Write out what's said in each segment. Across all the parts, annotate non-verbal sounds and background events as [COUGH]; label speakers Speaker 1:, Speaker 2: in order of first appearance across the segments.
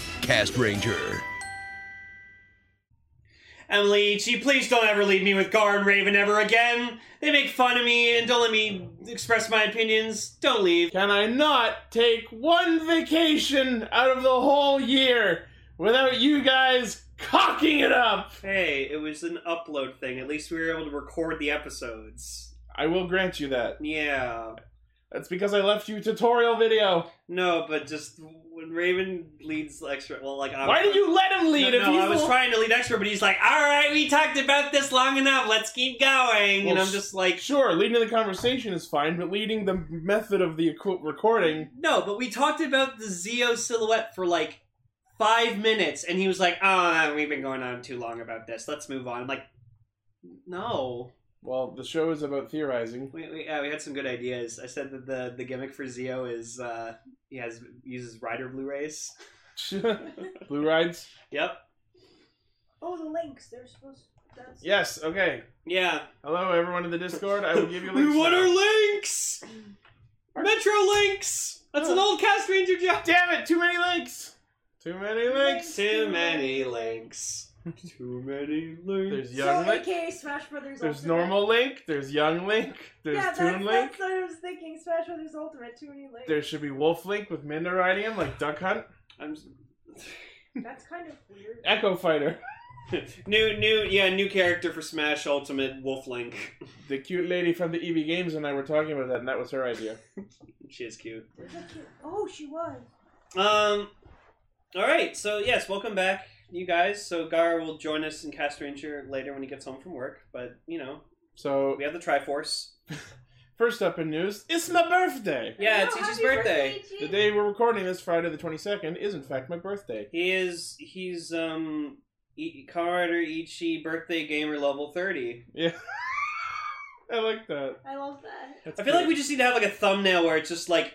Speaker 1: Podcast Ranger.
Speaker 2: Emily Ichi, please don't ever leave me with Gar and Raven ever again. They make fun of me and don't let me express my opinions. Don't leave.
Speaker 3: Can I not take one vacation out of the whole year without you guys cocking it up?
Speaker 2: Hey, it was an upload thing. At least we were able to record the episodes.
Speaker 3: I will grant you that.
Speaker 2: Yeah.
Speaker 3: That's because I left you tutorial video.
Speaker 2: No, but just when Raven leads extra, well, like I
Speaker 3: Why did you let him lead?
Speaker 2: Uh, No,
Speaker 3: if
Speaker 2: no,
Speaker 3: he's
Speaker 2: I was
Speaker 3: the-
Speaker 2: trying to lead extra, but he's like, "All right, we talked about this long enough. Let's keep going." and
Speaker 3: Well,
Speaker 2: I'm just like,
Speaker 3: Sure, leading the conversation is fine, but leading the method of the equ- recording.
Speaker 2: "No," but we talked about the Zeo silhouette for like five minutes, and he was like, "Ah, we've been going on too long about this. Let's move on." I'm like, "No,
Speaker 3: Well, the show is about theorizing. [LAUGHS]
Speaker 2: we we, uh, we had some good ideas." I said that the the gimmick for Zeo is uh, he has uses Rider Blu-rays.
Speaker 3: Blue rides.
Speaker 2: Yep.
Speaker 4: Oh, the links. They're supposed. That's...
Speaker 3: Yes. Okay.
Speaker 2: Yeah.
Speaker 3: Hello, everyone in the Discord. I will give
Speaker 2: [LAUGHS]
Speaker 3: you.
Speaker 2: we
Speaker 3: links
Speaker 2: want
Speaker 3: now.
Speaker 2: our links. Metro links. That's an old cast ranger joke.
Speaker 3: Damn it! Too many links. Too many links.
Speaker 2: Too many links. [LAUGHS] Too many links.
Speaker 3: There's
Speaker 4: So,
Speaker 3: young link.
Speaker 4: aka Smash Brothers.
Speaker 3: There's
Speaker 4: Ultimate.
Speaker 3: normal link. There's young link. There's
Speaker 4: yeah,
Speaker 3: toon
Speaker 4: that's,
Speaker 3: link.
Speaker 4: that's what I was thinking. Smash Brothers Ultimate. Too many links.
Speaker 3: There should be wolf link with Minda riding him, like Duck Hunt.
Speaker 2: I'm s-
Speaker 4: That's kind of weird.
Speaker 3: Echo Fighter. [LAUGHS]
Speaker 2: [LAUGHS] new, new, yeah, new character for Smash Ultimate Wolf Link.
Speaker 3: The cute lady from the EB Games and I were talking about that, and that was her idea.
Speaker 2: [LAUGHS] She is cute.
Speaker 4: There's a kid- Oh, she was.
Speaker 2: Um, all right. So yes, welcome back, you guys. So Gar will join us in Cast Ranger later when he gets home from work. But you know,
Speaker 3: So,
Speaker 2: we have the Triforce.
Speaker 3: first up in news, it's my birthday.
Speaker 2: Yeah,
Speaker 4: Oh,
Speaker 2: it's Ichi's
Speaker 4: happy
Speaker 2: birthday.
Speaker 4: Ichi.
Speaker 3: The day we're recording this, Friday the 22nd, is in fact my birthday.
Speaker 2: He is. He's um. I- Comrade Ichi birthday gamer level thirty.
Speaker 3: Yeah. [LAUGHS] I like that.
Speaker 4: I love that.
Speaker 3: That's
Speaker 2: I feel like we just need to have like a thumbnail where it's just like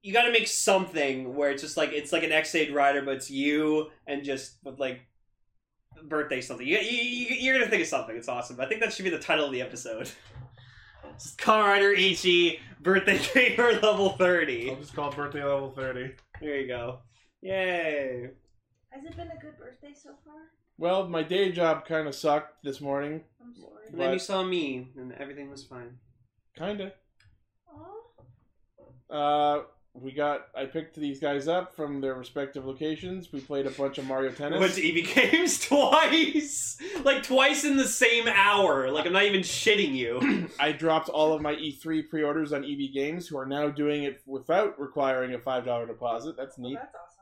Speaker 2: you got to make something where it's just like it's like an X8 rider, but it's you and just with like birthday something. You, you, you you're gonna think of something. It's awesome. I think that should be the title of the episode. [LAUGHS] Just Kamen Rider Ichi birthday gamer level
Speaker 3: I'll
Speaker 2: thirty.
Speaker 3: just call it birthday level 30.
Speaker 2: There you go. Yay!
Speaker 4: Has it been a good birthday so far?
Speaker 3: Well, my day job kind of sucked this morning.
Speaker 4: I'm sorry.
Speaker 2: And then you
Speaker 3: What?
Speaker 2: saw me, and everything was fine.
Speaker 3: Kinda.
Speaker 4: Oh,
Speaker 3: Uh, we got, I picked these guys up from their respective locations. We played a bunch of Mario
Speaker 2: I
Speaker 3: Tennis.
Speaker 2: went to EB Games [LAUGHS] twice, like twice in the same hour. Like I'm not even shitting you. [CLEARS THROAT]
Speaker 3: I dropped all of my E3 pre-orders on EB Games, who are now doing it without requiring a five dollar deposit. That's
Speaker 4: well,
Speaker 3: neat.
Speaker 4: that's awesome.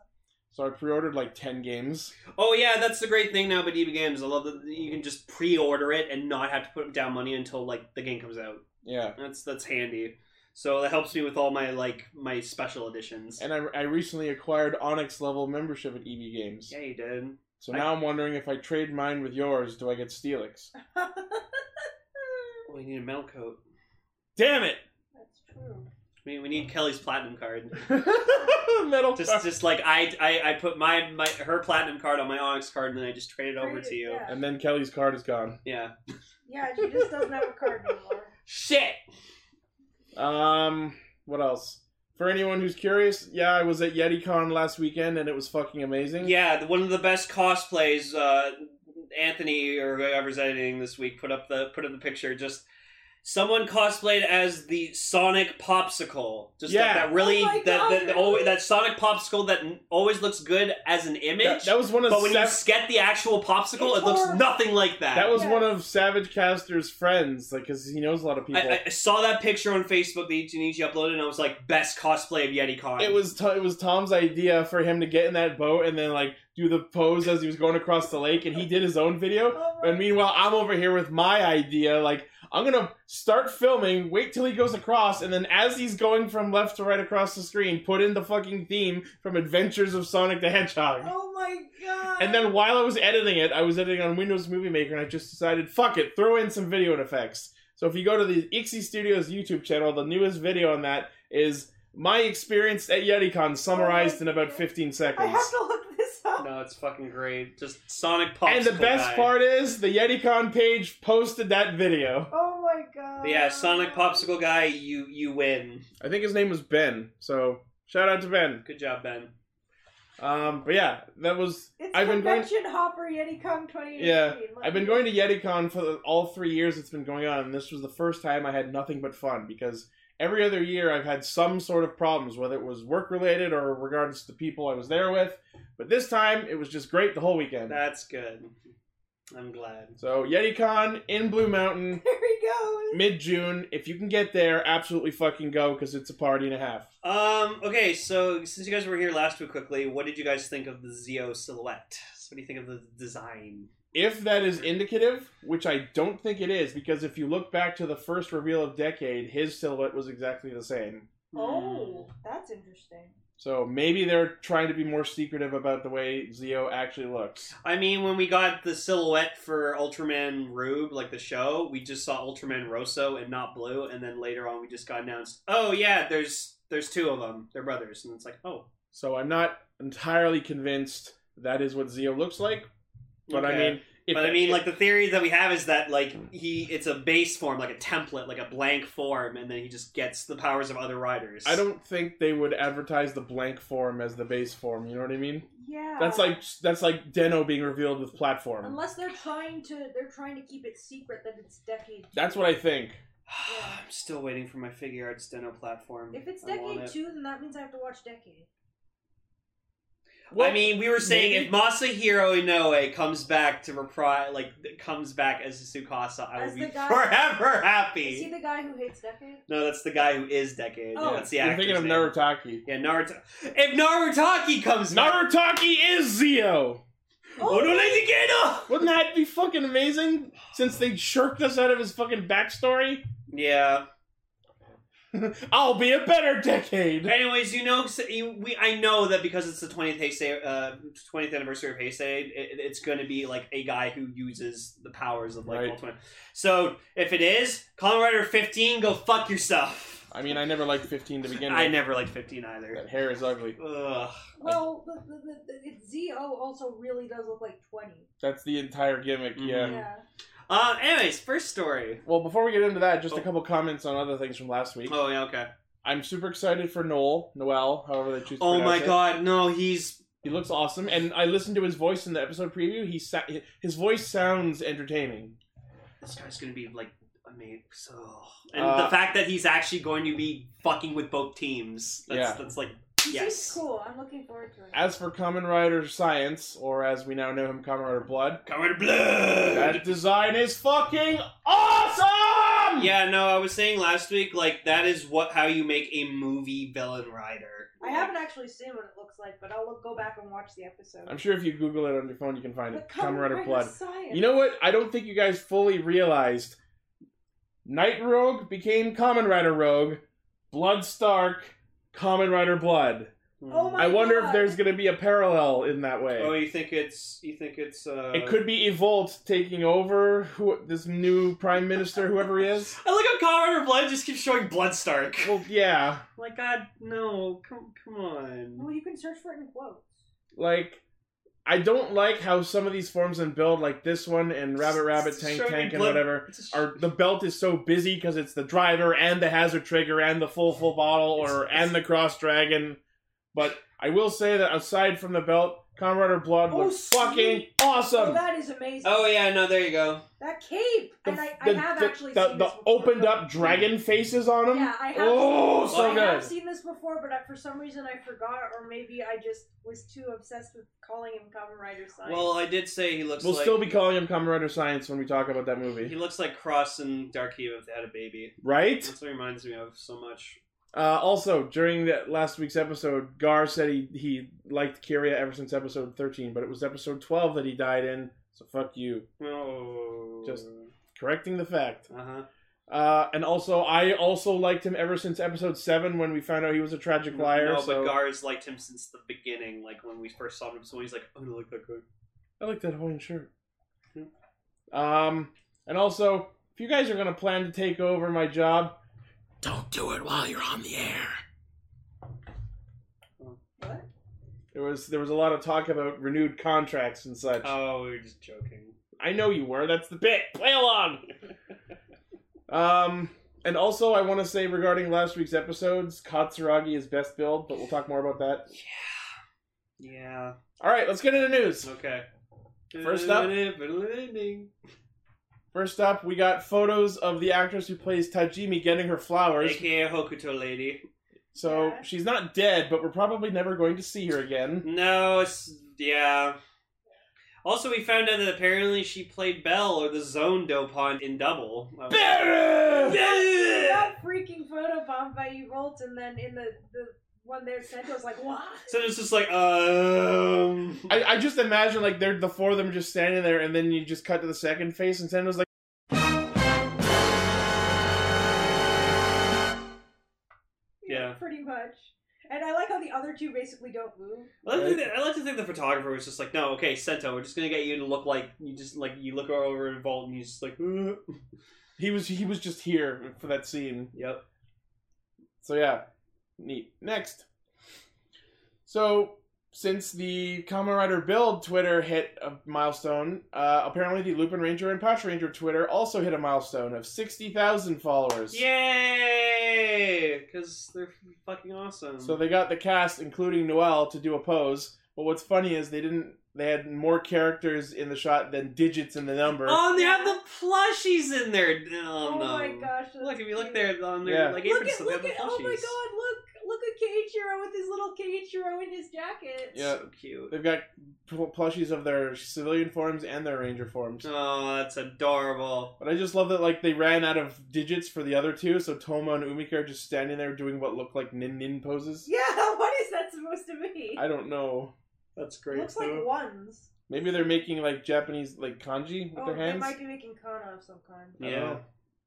Speaker 3: So I pre-ordered like ten games.
Speaker 2: Oh yeah, that's the great thing now about EB Games. I love that you can just pre-order it and not have to put down money until like the game comes out.
Speaker 3: Yeah,
Speaker 2: That's that's handy. So that helps me with all my like my special editions.
Speaker 3: and I, I recently acquired Onyx level membership at EB Games.
Speaker 2: yeah, you did.
Speaker 3: So now I'm wondering if I trade mine with yours, do I get Steelix?
Speaker 2: Oh, We need a metal coat.
Speaker 3: Damn it! [LAUGHS]
Speaker 4: that's true.
Speaker 2: We, we need Kelly's platinum card. [LAUGHS]
Speaker 3: Metal.
Speaker 2: Just just like I, I I put my my her platinum card on my Onyx card and then I just trade it over
Speaker 4: Great,
Speaker 2: to you.
Speaker 4: Yeah.
Speaker 3: And then Kelly's card is gone.
Speaker 2: Yeah.
Speaker 4: yeah, she just doesn't have a card anymore.
Speaker 2: Shit.
Speaker 3: Um, what else? For anyone who's curious, yeah, I was at YetiCon last weekend and it was fucking amazing.
Speaker 2: Yeah, the- one of the best cosplays. Uh, Anthony or whoever's editing this week put up the put up the picture. Just someone cosplayed as the Sonic popsicle. Just
Speaker 3: Yeah.
Speaker 2: that, that really
Speaker 4: Oh my
Speaker 2: that that,
Speaker 4: God,
Speaker 2: that, always,
Speaker 4: really?
Speaker 2: that Sonic popsicle that n- always looks good as an image.
Speaker 3: That, that was one of
Speaker 2: but when you
Speaker 3: sev-
Speaker 2: get the actual popsicle,
Speaker 4: It's
Speaker 2: it looks
Speaker 4: horrible.
Speaker 2: nothing like that.
Speaker 3: That was
Speaker 4: Yeah.
Speaker 3: one of Savage Caster's friends, like, because he knows a lot of people.
Speaker 2: I, I- I saw that picture on Facebook that Ichinichi uploaded, and I was like, "Best cosplay of YetiCon."
Speaker 3: it was to- it was Tom's idea for him to get in that boat and then like do the pose as he was going across the lake, and he did his own video.
Speaker 4: Oh
Speaker 3: [LAUGHS]
Speaker 4: my
Speaker 3: And meanwhile, I'm over here with my idea, like I'm gonna start filming, wait till he goes across, and then as he's going from left to right across the screen, put in the fucking theme from Adventures of Sonic the Hedgehog.
Speaker 4: Oh my god.
Speaker 3: And then while I was editing it, I was editing on Windows Movie Maker, and I just decided, fuck it, throw in some video and effects. So if you go to the Ixie Studios YouTube channel, the newest video on that is my experience at YetiCon summarized in about 15
Speaker 4: I
Speaker 3: seconds.
Speaker 4: have to look this up.
Speaker 2: no, it's fucking great. Just Sonic popsicle.
Speaker 3: And the best
Speaker 2: guy.
Speaker 3: part is, the YetiCon page posted that video.
Speaker 4: Oh my god.
Speaker 2: But yeah, Sonic popsicle guy, you you win.
Speaker 3: I think his name was Ben, so shout out to Ben.
Speaker 2: Good job, Ben.
Speaker 3: Um, but yeah, that was.
Speaker 4: It's
Speaker 3: I've been going-
Speaker 4: convention hopper Yeti Kong 2018.
Speaker 3: Yeah,
Speaker 4: like-
Speaker 3: I've been going to YetiCon for the, all three years it's been going on, and this was the first time I had nothing but fun because every other year I've had some sort of problems, whether it was work related or regards to the people I was there with. But this time it was just great the whole weekend.
Speaker 2: That's good. I'm glad.
Speaker 3: So YetiCon in Blue Mountain,
Speaker 4: [LAUGHS] There he goes.
Speaker 3: mid June. If you can get there, absolutely fucking go because it's a party and a half.
Speaker 2: Um. Okay. So since you guys were here last week, quickly, what did you guys think of the Zio silhouette? So what do you think of the design?
Speaker 3: if that is indicative, which I don't think it is, because if you look back to the first reveal of Decade, his silhouette was exactly the same.
Speaker 4: Oh, that's interesting.
Speaker 3: So maybe they're trying to be more secretive about the way Zio actually looks.
Speaker 2: I mean, when we got the silhouette for Ultraman Rube, like the show, we just saw Ultraman Rosso and not Blue, and then later on we just got announced. Oh yeah, there's there's two of them. They're brothers, and it's like oh.
Speaker 3: So I'm not entirely convinced that is what Zio looks like, but
Speaker 2: okay.
Speaker 3: I mean, if,
Speaker 2: but I mean, like the theory that we have is that like he, it's a base form, like a template, like a blank form, and then he just gets the powers of other riders.
Speaker 3: I don't think they would advertise the blank form as the base form. You know what I mean?
Speaker 4: Yeah.
Speaker 3: That's like that's like Deno being revealed with platform.
Speaker 4: Unless they're trying to, they're trying to keep it secret that it's Decade.
Speaker 3: That's what I think.
Speaker 2: [SIGHS] I'm still waiting for my figure arts deno platform.
Speaker 4: If it's
Speaker 2: I want
Speaker 4: Decade
Speaker 2: it.
Speaker 4: two, then that means I have to watch Decade.
Speaker 2: I mean, we were saying if Masahiro Inoue comes back to reprise, like comes back as Tsukasa, I
Speaker 4: As
Speaker 2: will be
Speaker 4: the guy-
Speaker 2: forever
Speaker 4: Is he
Speaker 2: happy.
Speaker 4: the guy who
Speaker 3: [LAUGHS]
Speaker 4: hates Decade?
Speaker 2: No, that's the guy who is Decade.
Speaker 4: Oh.
Speaker 2: that's the
Speaker 3: you're
Speaker 2: actor.
Speaker 3: thinking of Narutaki.
Speaker 2: Yeah, Naruto. If Narutaki comes back,
Speaker 3: Narutaki is Zio.
Speaker 4: Oh,
Speaker 2: Odorei Decado!
Speaker 3: [LAUGHS] Wouldn't that be fucking amazing? Since they shirked us out of his fucking backstory,
Speaker 2: Yeah.
Speaker 3: I'll be a better decade.
Speaker 2: Anyways, you know, so you, we I know that because it's the 20th Heisei, uh, 20th anniversary of Heisei, it, it- it's going to be like a guy who uses the powers of like
Speaker 3: Right.
Speaker 2: Ultimate. So if it is Kamen Rider 15, go fuck yourself.
Speaker 3: I mean, I never liked 15 to begin with.
Speaker 2: I never liked 15 either.
Speaker 3: That hair is ugly.
Speaker 2: Ugh.
Speaker 4: [LAUGHS] Well, the, the, the, the, it's ZO also really does look like 20.
Speaker 3: That's the entire gimmick, yeah.
Speaker 2: Mhm.
Speaker 4: Yeah.
Speaker 2: Uh, anyways, first story.
Speaker 3: Well, before we get into that, just
Speaker 2: Oh.
Speaker 3: a couple comments on other things from last week.
Speaker 2: Oh yeah, okay.
Speaker 3: I'm super excited for Noel, Noel, however they choose to
Speaker 2: Oh
Speaker 3: pronounce
Speaker 2: my
Speaker 3: it.
Speaker 2: god, no, he's
Speaker 3: He looks awesome, and I listened to his voice in the episode preview. He sa- His voice sounds entertaining.
Speaker 2: this guy's gonna be like amazing. So, and the
Speaker 3: Uh,
Speaker 2: fact that he's actually going to be fucking with both teams. That's,
Speaker 3: Yeah.
Speaker 2: that's like
Speaker 4: He
Speaker 2: yes.
Speaker 4: seems cool. I'm looking forward to it.
Speaker 3: As for Kamen Rider Science, or as we now know him, Kamen Rider Blood,
Speaker 2: Covered in blood.
Speaker 3: That design is fucking awesome!
Speaker 2: Yeah, no, I was saying last week, like that is what how you make a movie villain rider.
Speaker 4: I haven't actually seen what it looks like, but I'll look, go back and watch the episode.
Speaker 3: I'm sure if you Google it on your phone, you can find
Speaker 4: The
Speaker 3: it. Kamen Rider Blood.
Speaker 4: Science.
Speaker 3: You know what? I don't think you guys fully realized. Night Rogue became Kamen Rider Rogue. Blood Stark, Kamen Rider Blood.
Speaker 4: Oh my-
Speaker 3: I wonder if
Speaker 4: God.
Speaker 3: there's going to be a parallel in that way.
Speaker 2: Oh, you think it's you think it's uh
Speaker 3: It could be Evolt taking over who this new Prime Minister, whoever he is.
Speaker 2: I look up Kamen Rider Blood just keeps showing Bloodstark.
Speaker 3: Well, yeah.
Speaker 2: Like God, no, come come on.
Speaker 4: Well, you can search for it in quotes.
Speaker 3: like I don't like how some of these forms in build, like this one and Rabbit Rabbit Tank
Speaker 2: Show me
Speaker 3: Tank and
Speaker 2: blood.
Speaker 3: whatever,
Speaker 2: It's a sh-
Speaker 3: are the belt is so busy because it's the driver and the hazard trigger and the full full bottle or
Speaker 2: It's- it's-
Speaker 3: and the cross dragon. But I will say that aside from the belt, Comrade or Blood
Speaker 4: Oh,
Speaker 3: looks fucking
Speaker 4: sweet. oh,
Speaker 3: awesome.
Speaker 4: that is amazing.
Speaker 2: Oh yeah, no, there you go.
Speaker 4: That cape!
Speaker 3: The,
Speaker 4: and I, I
Speaker 3: the-
Speaker 4: have
Speaker 3: the-
Speaker 4: actually
Speaker 3: the-
Speaker 4: seen
Speaker 3: the
Speaker 4: this before.
Speaker 3: opened up dragon faces on them.
Speaker 4: Yeah, I have.
Speaker 3: oh,
Speaker 4: seen,
Speaker 3: so
Speaker 4: I
Speaker 3: good.
Speaker 4: have seen this before, but I, for some reason I forgot, or maybe I just was too obsessed with calling him Kamen Rider Science.
Speaker 2: Well, I did say he looks
Speaker 3: We'll
Speaker 2: like
Speaker 3: still be calling him Kamen Rider Science when we talk about that
Speaker 2: he
Speaker 3: movie,
Speaker 2: looks like Cross and Dark Eve if they had a baby.
Speaker 3: right?
Speaker 2: That's what he reminds me of so much.
Speaker 3: Uh, also, during that last week's episode, Gar said he, he liked Kyria ever since episode 13, but it was episode 12 that he died in, so fuck you.
Speaker 2: Oh,
Speaker 3: Just- Correcting the fact.
Speaker 2: uh huh.
Speaker 3: Uh, and also, I also liked him ever since episode 7 when we found out he was a tragic liar.
Speaker 2: No,
Speaker 3: so
Speaker 2: but Gar's liked him since the beginning. Like when we first saw him, so he's like, "Oh, "I'm gonna like that guy."
Speaker 3: I like that Hawaiian shirt.
Speaker 2: Hmm.
Speaker 3: Um, and also, if you guys are going to plan to take over my job,
Speaker 1: Don't do it while you're on the air.
Speaker 4: what?
Speaker 3: there was there was a lot of talk about renewed contracts and such.
Speaker 2: Oh, we were just joking.
Speaker 3: I know you were. That's the bit. Play along. um, and also, I want to say regarding last week's episodes, Katsuragi is best build, but we'll talk more about that.
Speaker 2: Yeah. Yeah.
Speaker 3: All right, let's get into the news.
Speaker 2: Okay.
Speaker 3: First up- First up, we got photos of the actress who plays Tajimi getting her flowers.
Speaker 2: aka Hokuto Lady.
Speaker 3: So
Speaker 4: Yeah.
Speaker 3: she's not dead, but we're probably never going to see
Speaker 2: [LAUGHS]
Speaker 3: her again.
Speaker 2: No, it's yeah. Also, we found out that apparently she played Belle or the Zone Dopon in Double. I was-
Speaker 3: Barry!
Speaker 4: You
Speaker 2: Yeah!
Speaker 4: got freaking photobombed by Evolt, and then in the, the one there sent, I was like, what? [LAUGHS]
Speaker 2: So it's just like um.
Speaker 3: I, I just imagine like they're the four of them just standing there, and then you just cut to the second face, and Sendo's like,
Speaker 2: Yeah.
Speaker 4: Pretty much. And I like how the other two basically don't move.
Speaker 2: I like, to think, I like to think the photographer was just like, no, okay, Sento, we're just gonna get you to look like you just like you look over at Vault and you just like, [LAUGHS] "Uh."
Speaker 3: he was he was just here for that scene.
Speaker 2: yep.
Speaker 3: So yeah, neat. Next. So since the Kamen Rider Build Twitter hit a milestone, uh, apparently the Lupin Ranger and Pouch Ranger Twitter also hit a milestone of sixty thousand followers.
Speaker 2: Yay! Because they're fucking awesome.
Speaker 3: So they got the cast, including Noel, to do a pose. But what's funny is they didn't. They had more characters in the shot than digits in the number.
Speaker 2: oh, and they have the plushies in there. Oh,
Speaker 4: Oh,
Speaker 2: no.
Speaker 4: my gosh. that's
Speaker 2: Look, if you look
Speaker 4: cute.
Speaker 2: there on their
Speaker 3: Yeah.
Speaker 2: like
Speaker 4: Look
Speaker 2: apron
Speaker 4: at,
Speaker 2: stuff, they
Speaker 4: look
Speaker 2: have the
Speaker 4: at, oh my
Speaker 2: plushies.
Speaker 4: god, look, look at Keiichiro with his little Keiichiro in his jacket.
Speaker 3: Yeah.
Speaker 2: So cute.
Speaker 3: They've got pl- plushies of their civilian forms and their ranger forms.
Speaker 2: Oh, that's adorable.
Speaker 3: But I just love that like they ran out of digits for the other two, so Toma and Umika are just standing there doing what look like nin nin poses.
Speaker 4: Yeah, [LAUGHS] what is that supposed to be?
Speaker 3: I don't know.
Speaker 2: That's great.
Speaker 4: Looks like ones.
Speaker 3: Maybe they're making like Japanese like kanji with
Speaker 4: Oh,
Speaker 3: their
Speaker 4: they
Speaker 3: hands.
Speaker 4: might be making kana of some kind.
Speaker 3: I don't
Speaker 2: yeah.
Speaker 3: know.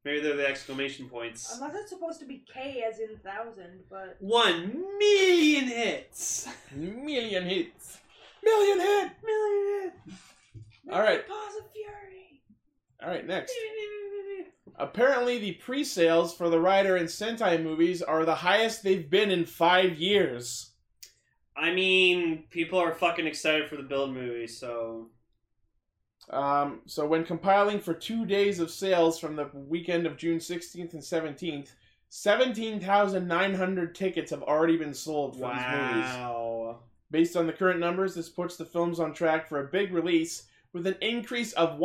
Speaker 2: Maybe they're the exclamation points.
Speaker 4: Unless it's supposed to be K as in thousand, but
Speaker 2: One million
Speaker 4: [LAUGHS]
Speaker 2: hits.
Speaker 3: Million hits. Million hit. Million hit. All right.
Speaker 4: Paws of Fury.
Speaker 3: All right, next. Apparently, the pre-sales for the Rider and Sentai movies are the highest they've been in five years.
Speaker 2: I mean, people are fucking excited for the build movie, so
Speaker 3: Um, so, when compiling for two days of sales from the weekend of June 16th and 17th, 17,900 tickets have already been sold for these movies.
Speaker 2: wow.
Speaker 3: Based on the current numbers, this puts the films on track for a big release with an increase of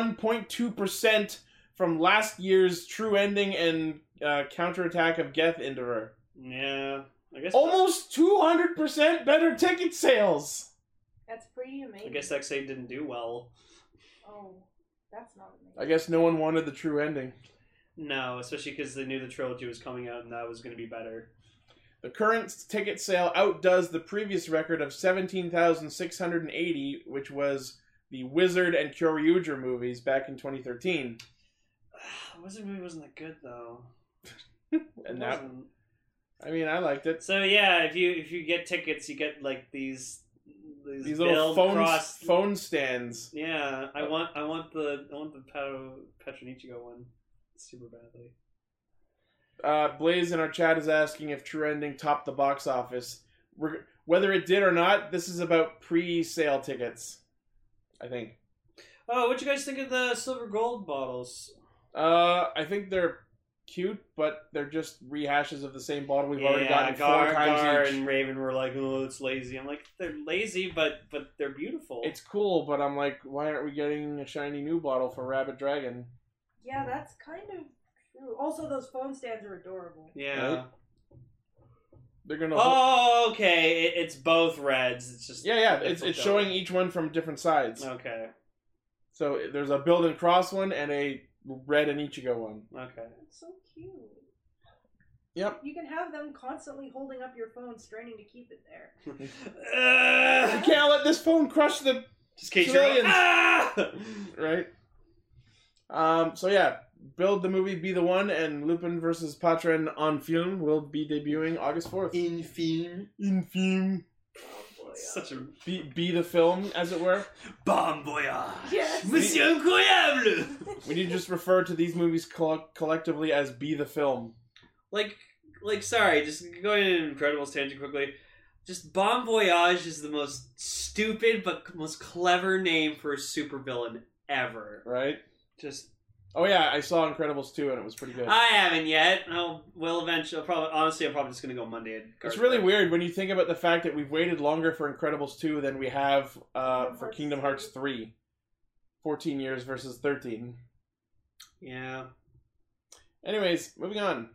Speaker 3: 191.2% from last year's true ending and uh, counterattack of Geth Endeavor.
Speaker 2: Yeah, I guess.
Speaker 3: Almost 200% better ticket sales!
Speaker 4: That's pretty
Speaker 2: I
Speaker 4: amazing.
Speaker 2: guess XA didn't do well.
Speaker 4: Oh, that's not amazing.
Speaker 3: I guess no one wanted the true ending.
Speaker 2: No, especially because they knew the trilogy was coming out and that was going to be better. [SIGHS]
Speaker 3: The current ticket sale outdoes the previous record of 17,680, which was the Wizard and Kyoryuger movies back in 2013.
Speaker 2: Wizard movie wasn't that good though. It
Speaker 3: And that,
Speaker 2: wasn't.
Speaker 3: I mean, I liked it.
Speaker 2: So yeah, if you if you get tickets, you get like these these,
Speaker 3: these little
Speaker 2: Bill
Speaker 3: phone
Speaker 2: cross.
Speaker 3: phone stands.
Speaker 2: Yeah, I want I want the I want the Petro Petronichigo one super badly.
Speaker 3: Uh, Blaze in our chat is asking if True Ending topped the box office. Reg- Whether it did or not, this is about pre-sale tickets. I think.
Speaker 2: Oh, what you guys think of the silver gold bottles?
Speaker 3: Uh, I think they're cute, but they're just rehashes of the same bottle we've already gotten
Speaker 2: Gar,
Speaker 3: four times
Speaker 2: Gar
Speaker 3: each.
Speaker 2: and Raven were like, "Oh, it's lazy." I'm like, "They're lazy, but but they're beautiful."
Speaker 3: It's cool, but I'm like, why aren't we getting a shiny new bottle for Rabbit Dragon?
Speaker 4: Yeah, that's kind of true. Also, those phone stands are adorable.
Speaker 2: yeah.
Speaker 3: Right? They're gonna.
Speaker 2: Oh, okay. It, it's both reds. It's just
Speaker 3: Yeah, yeah. It's it's
Speaker 2: Okay. Oh.
Speaker 3: showing each one from different sides.
Speaker 2: Okay,
Speaker 3: So there's a build and cross one and a red and Ichigo one. [LAUGHS]
Speaker 2: okay.
Speaker 4: That's so cute.
Speaker 3: Yep.
Speaker 4: You can have them constantly holding up your phone, straining to keep it there.
Speaker 3: I
Speaker 2: Uh,
Speaker 3: can't let this phone crush the
Speaker 2: just in case you're
Speaker 3: Civilians.
Speaker 2: Ah! [LAUGHS]
Speaker 3: right. Um. So yeah, build the movie, be the one, and Lupin versus Patron on film will be debuting August fourth.
Speaker 2: in film.
Speaker 3: In film,
Speaker 4: Oh, boy. [LAUGHS]
Speaker 2: Such a
Speaker 3: be be the film, as it were.
Speaker 2: bon voyage,
Speaker 4: Yes.
Speaker 2: Monsieur Incroyable.
Speaker 3: We need to just refer to these movies coll- collectively as be the film.
Speaker 2: like like sorry just going in an incredibles tangent quickly just bon voyage is the most stupid but most clever name for a supervillain ever
Speaker 3: Right.
Speaker 2: just
Speaker 3: Oh yeah, I saw Incredibles 2 and it was pretty good.
Speaker 2: I haven't yet. I'll will eventually. I'll probably honestly, I'm probably just gonna go Monday. and
Speaker 3: it's
Speaker 2: Guardians.
Speaker 3: really weird when you think about the fact that we've waited longer for Incredibles 2 than we have uh, for Kingdom Hearts 3. 14 years versus 13.
Speaker 2: Yeah.
Speaker 3: Anyways, moving on.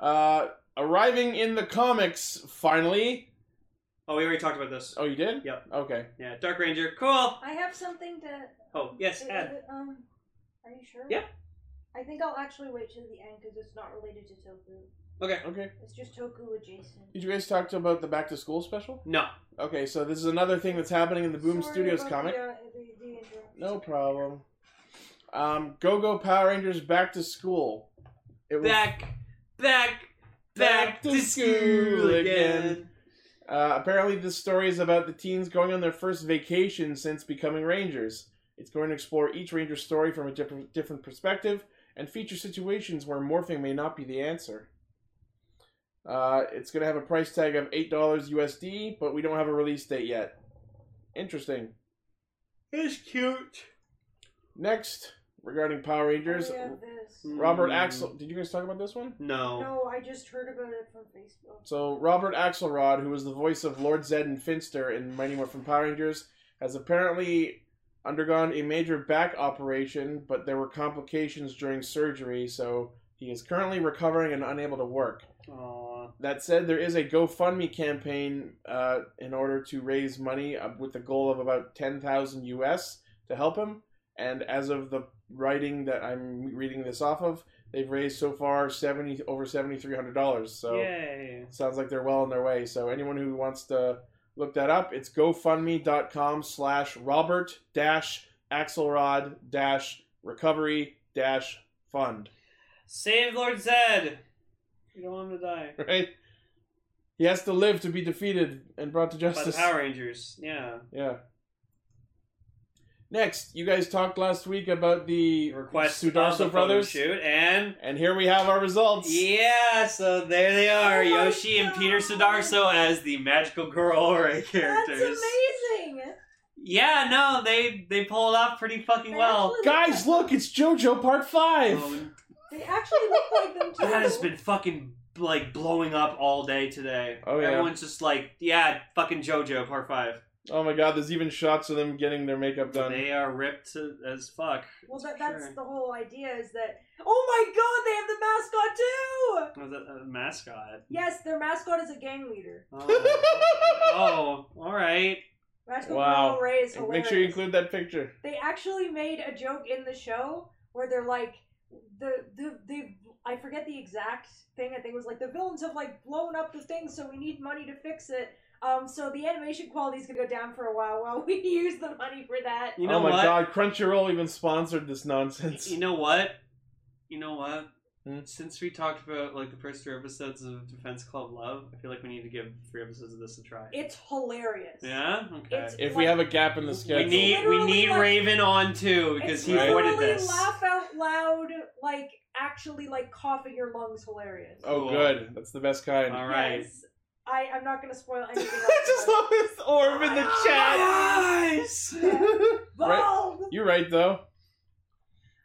Speaker 3: Uh, arriving in the comics finally.
Speaker 2: Oh, we already talked about this.
Speaker 3: Oh, you did?
Speaker 2: Yep.
Speaker 3: Okay.
Speaker 2: Yeah, Dark Ranger, cool.
Speaker 4: I have something to.
Speaker 2: Oh yes,
Speaker 4: uh,
Speaker 2: Ed.
Speaker 4: uh, Um, are you sure?
Speaker 2: Yeah.
Speaker 4: I think I'll actually wait till the end because it's not related to Toku.
Speaker 2: Okay.
Speaker 3: Okay.
Speaker 4: It's just Toku adjacent.
Speaker 3: Did you guys talk to about the back to school special?
Speaker 2: No.
Speaker 3: Okay, so this is another thing that's happening in the Boom
Speaker 4: Sorry
Speaker 3: Studios
Speaker 4: about
Speaker 3: comic.
Speaker 4: The, uh, the- the interrupt-
Speaker 3: No problem. Um, Go Go Power Rangers Back to School. It was,
Speaker 2: Back, back, back,
Speaker 3: Back
Speaker 2: to,
Speaker 3: to
Speaker 2: school,
Speaker 3: school
Speaker 2: again.
Speaker 3: again. uh, apparently this story is about the teens going on their first vacation since becoming rangers. It's going to explore each ranger's story from a different different perspective and feature situations where morphing may not be the answer. Uh, it's going to have a price tag of eight dollars USD, but we don't have a release date yet. Interesting.
Speaker 2: It's cute.
Speaker 3: Next, regarding Power Rangers,
Speaker 4: Oh, yeah, this.
Speaker 3: Robert
Speaker 2: Mm.
Speaker 3: Axel. Did you guys talk about this one?
Speaker 2: No.
Speaker 4: No, I just heard about it from Facebook.
Speaker 3: So Robert Axelrod, who was the voice of Lord Zed and Finster in Mighty Morphin Power Rangers, has apparently undergone a major back operation, but there were complications during surgery, so he is currently recovering and unable to work.
Speaker 2: Aw.
Speaker 3: That said, there is a GoFundMe campaign uh, in order to raise money uh, with the goal of about 10,000 US to help him. And as of the writing that I'm reading this off of, they've raised so far 70 over $7,300. So
Speaker 2: Yay.
Speaker 3: sounds like they're well on their way. So anyone who wants to look that up, it's gofundme.com slash Robert dash Axelrod dash recovery dash fund. [LAUGHS]
Speaker 2: Save Lord Zed. You don't want him to die.
Speaker 3: Right? He has to live to be defeated and brought to
Speaker 2: By the
Speaker 3: justice.
Speaker 2: Power Rangers. Yeah.
Speaker 3: Yeah. Next, you guys talked last week about the
Speaker 2: Request of the
Speaker 3: Sudarso
Speaker 2: photo
Speaker 3: brothers.
Speaker 2: shoot and
Speaker 3: And here we have our results.
Speaker 2: yeah, so there they are,
Speaker 4: Oh my
Speaker 2: Yoshi and Peter
Speaker 4: God.
Speaker 2: Sudarso as the magical girl Ray characters.
Speaker 4: That's amazing.
Speaker 2: Yeah, no, they they pull it off pretty fucking
Speaker 4: They
Speaker 2: well.
Speaker 4: actually look
Speaker 3: Guys, look, it's JoJo Part 5!
Speaker 2: Oh,
Speaker 4: They actually look like them too.
Speaker 2: that has been fucking like blowing up all day today.
Speaker 3: Oh, yeah.
Speaker 2: Everyone's just like, yeah, fucking JoJo Part Five.
Speaker 3: Oh my god, there's even shots of them getting their makeup done.
Speaker 2: They are ripped to- as fuck.
Speaker 4: Well,
Speaker 2: That's for
Speaker 4: that, that's
Speaker 2: sure.
Speaker 4: the whole idea is that. Oh my
Speaker 2: Oh,
Speaker 4: god, they have the mascot too!
Speaker 2: the uh, mascot.
Speaker 4: Yes, their mascot is a gang leader. [LAUGHS]
Speaker 2: Oh,
Speaker 3: [LAUGHS]
Speaker 2: oh, all right.
Speaker 4: Rascal
Speaker 3: Wow.
Speaker 4: Girl Ray is
Speaker 3: And
Speaker 4: hilarious.
Speaker 3: Make sure you include that picture.
Speaker 4: They actually made a joke in the show where they're like, the the the I forget the exact thing. I think it was like the villains have like blown up the thing, so we need money to fix it. Um, so the animation quality is gonna go down for a while while [LAUGHS] we use the money for that.
Speaker 2: You know
Speaker 3: oh my
Speaker 2: what?
Speaker 3: god, Crunchyroll even sponsored this nonsense.
Speaker 2: You know what? You know what?
Speaker 3: Hmm?
Speaker 2: Since we talked about like the first three episodes of Defense Club Love, I feel like we need to give three episodes of this a try.
Speaker 4: It's hilarious.
Speaker 2: yeah. Okay.
Speaker 4: It's
Speaker 3: [LAUGHS] if we have a gap in the
Speaker 2: we
Speaker 3: schedule.
Speaker 2: need we
Speaker 4: literally
Speaker 2: need
Speaker 4: like-
Speaker 2: Raven on too because
Speaker 4: It's
Speaker 2: he avoided
Speaker 4: literally
Speaker 2: this.
Speaker 4: laugh out loud, like actually like coughing your lungs, hilarious.
Speaker 3: oh, good. That's the best kind. [LAUGHS]
Speaker 2: All right.
Speaker 4: Yes. I I'm not gonna spoil anything.
Speaker 3: I just love this orb in the
Speaker 4: [LAUGHS]
Speaker 2: Guys!
Speaker 3: chat.
Speaker 4: Bald.
Speaker 3: You're [LAUGHS] right, though.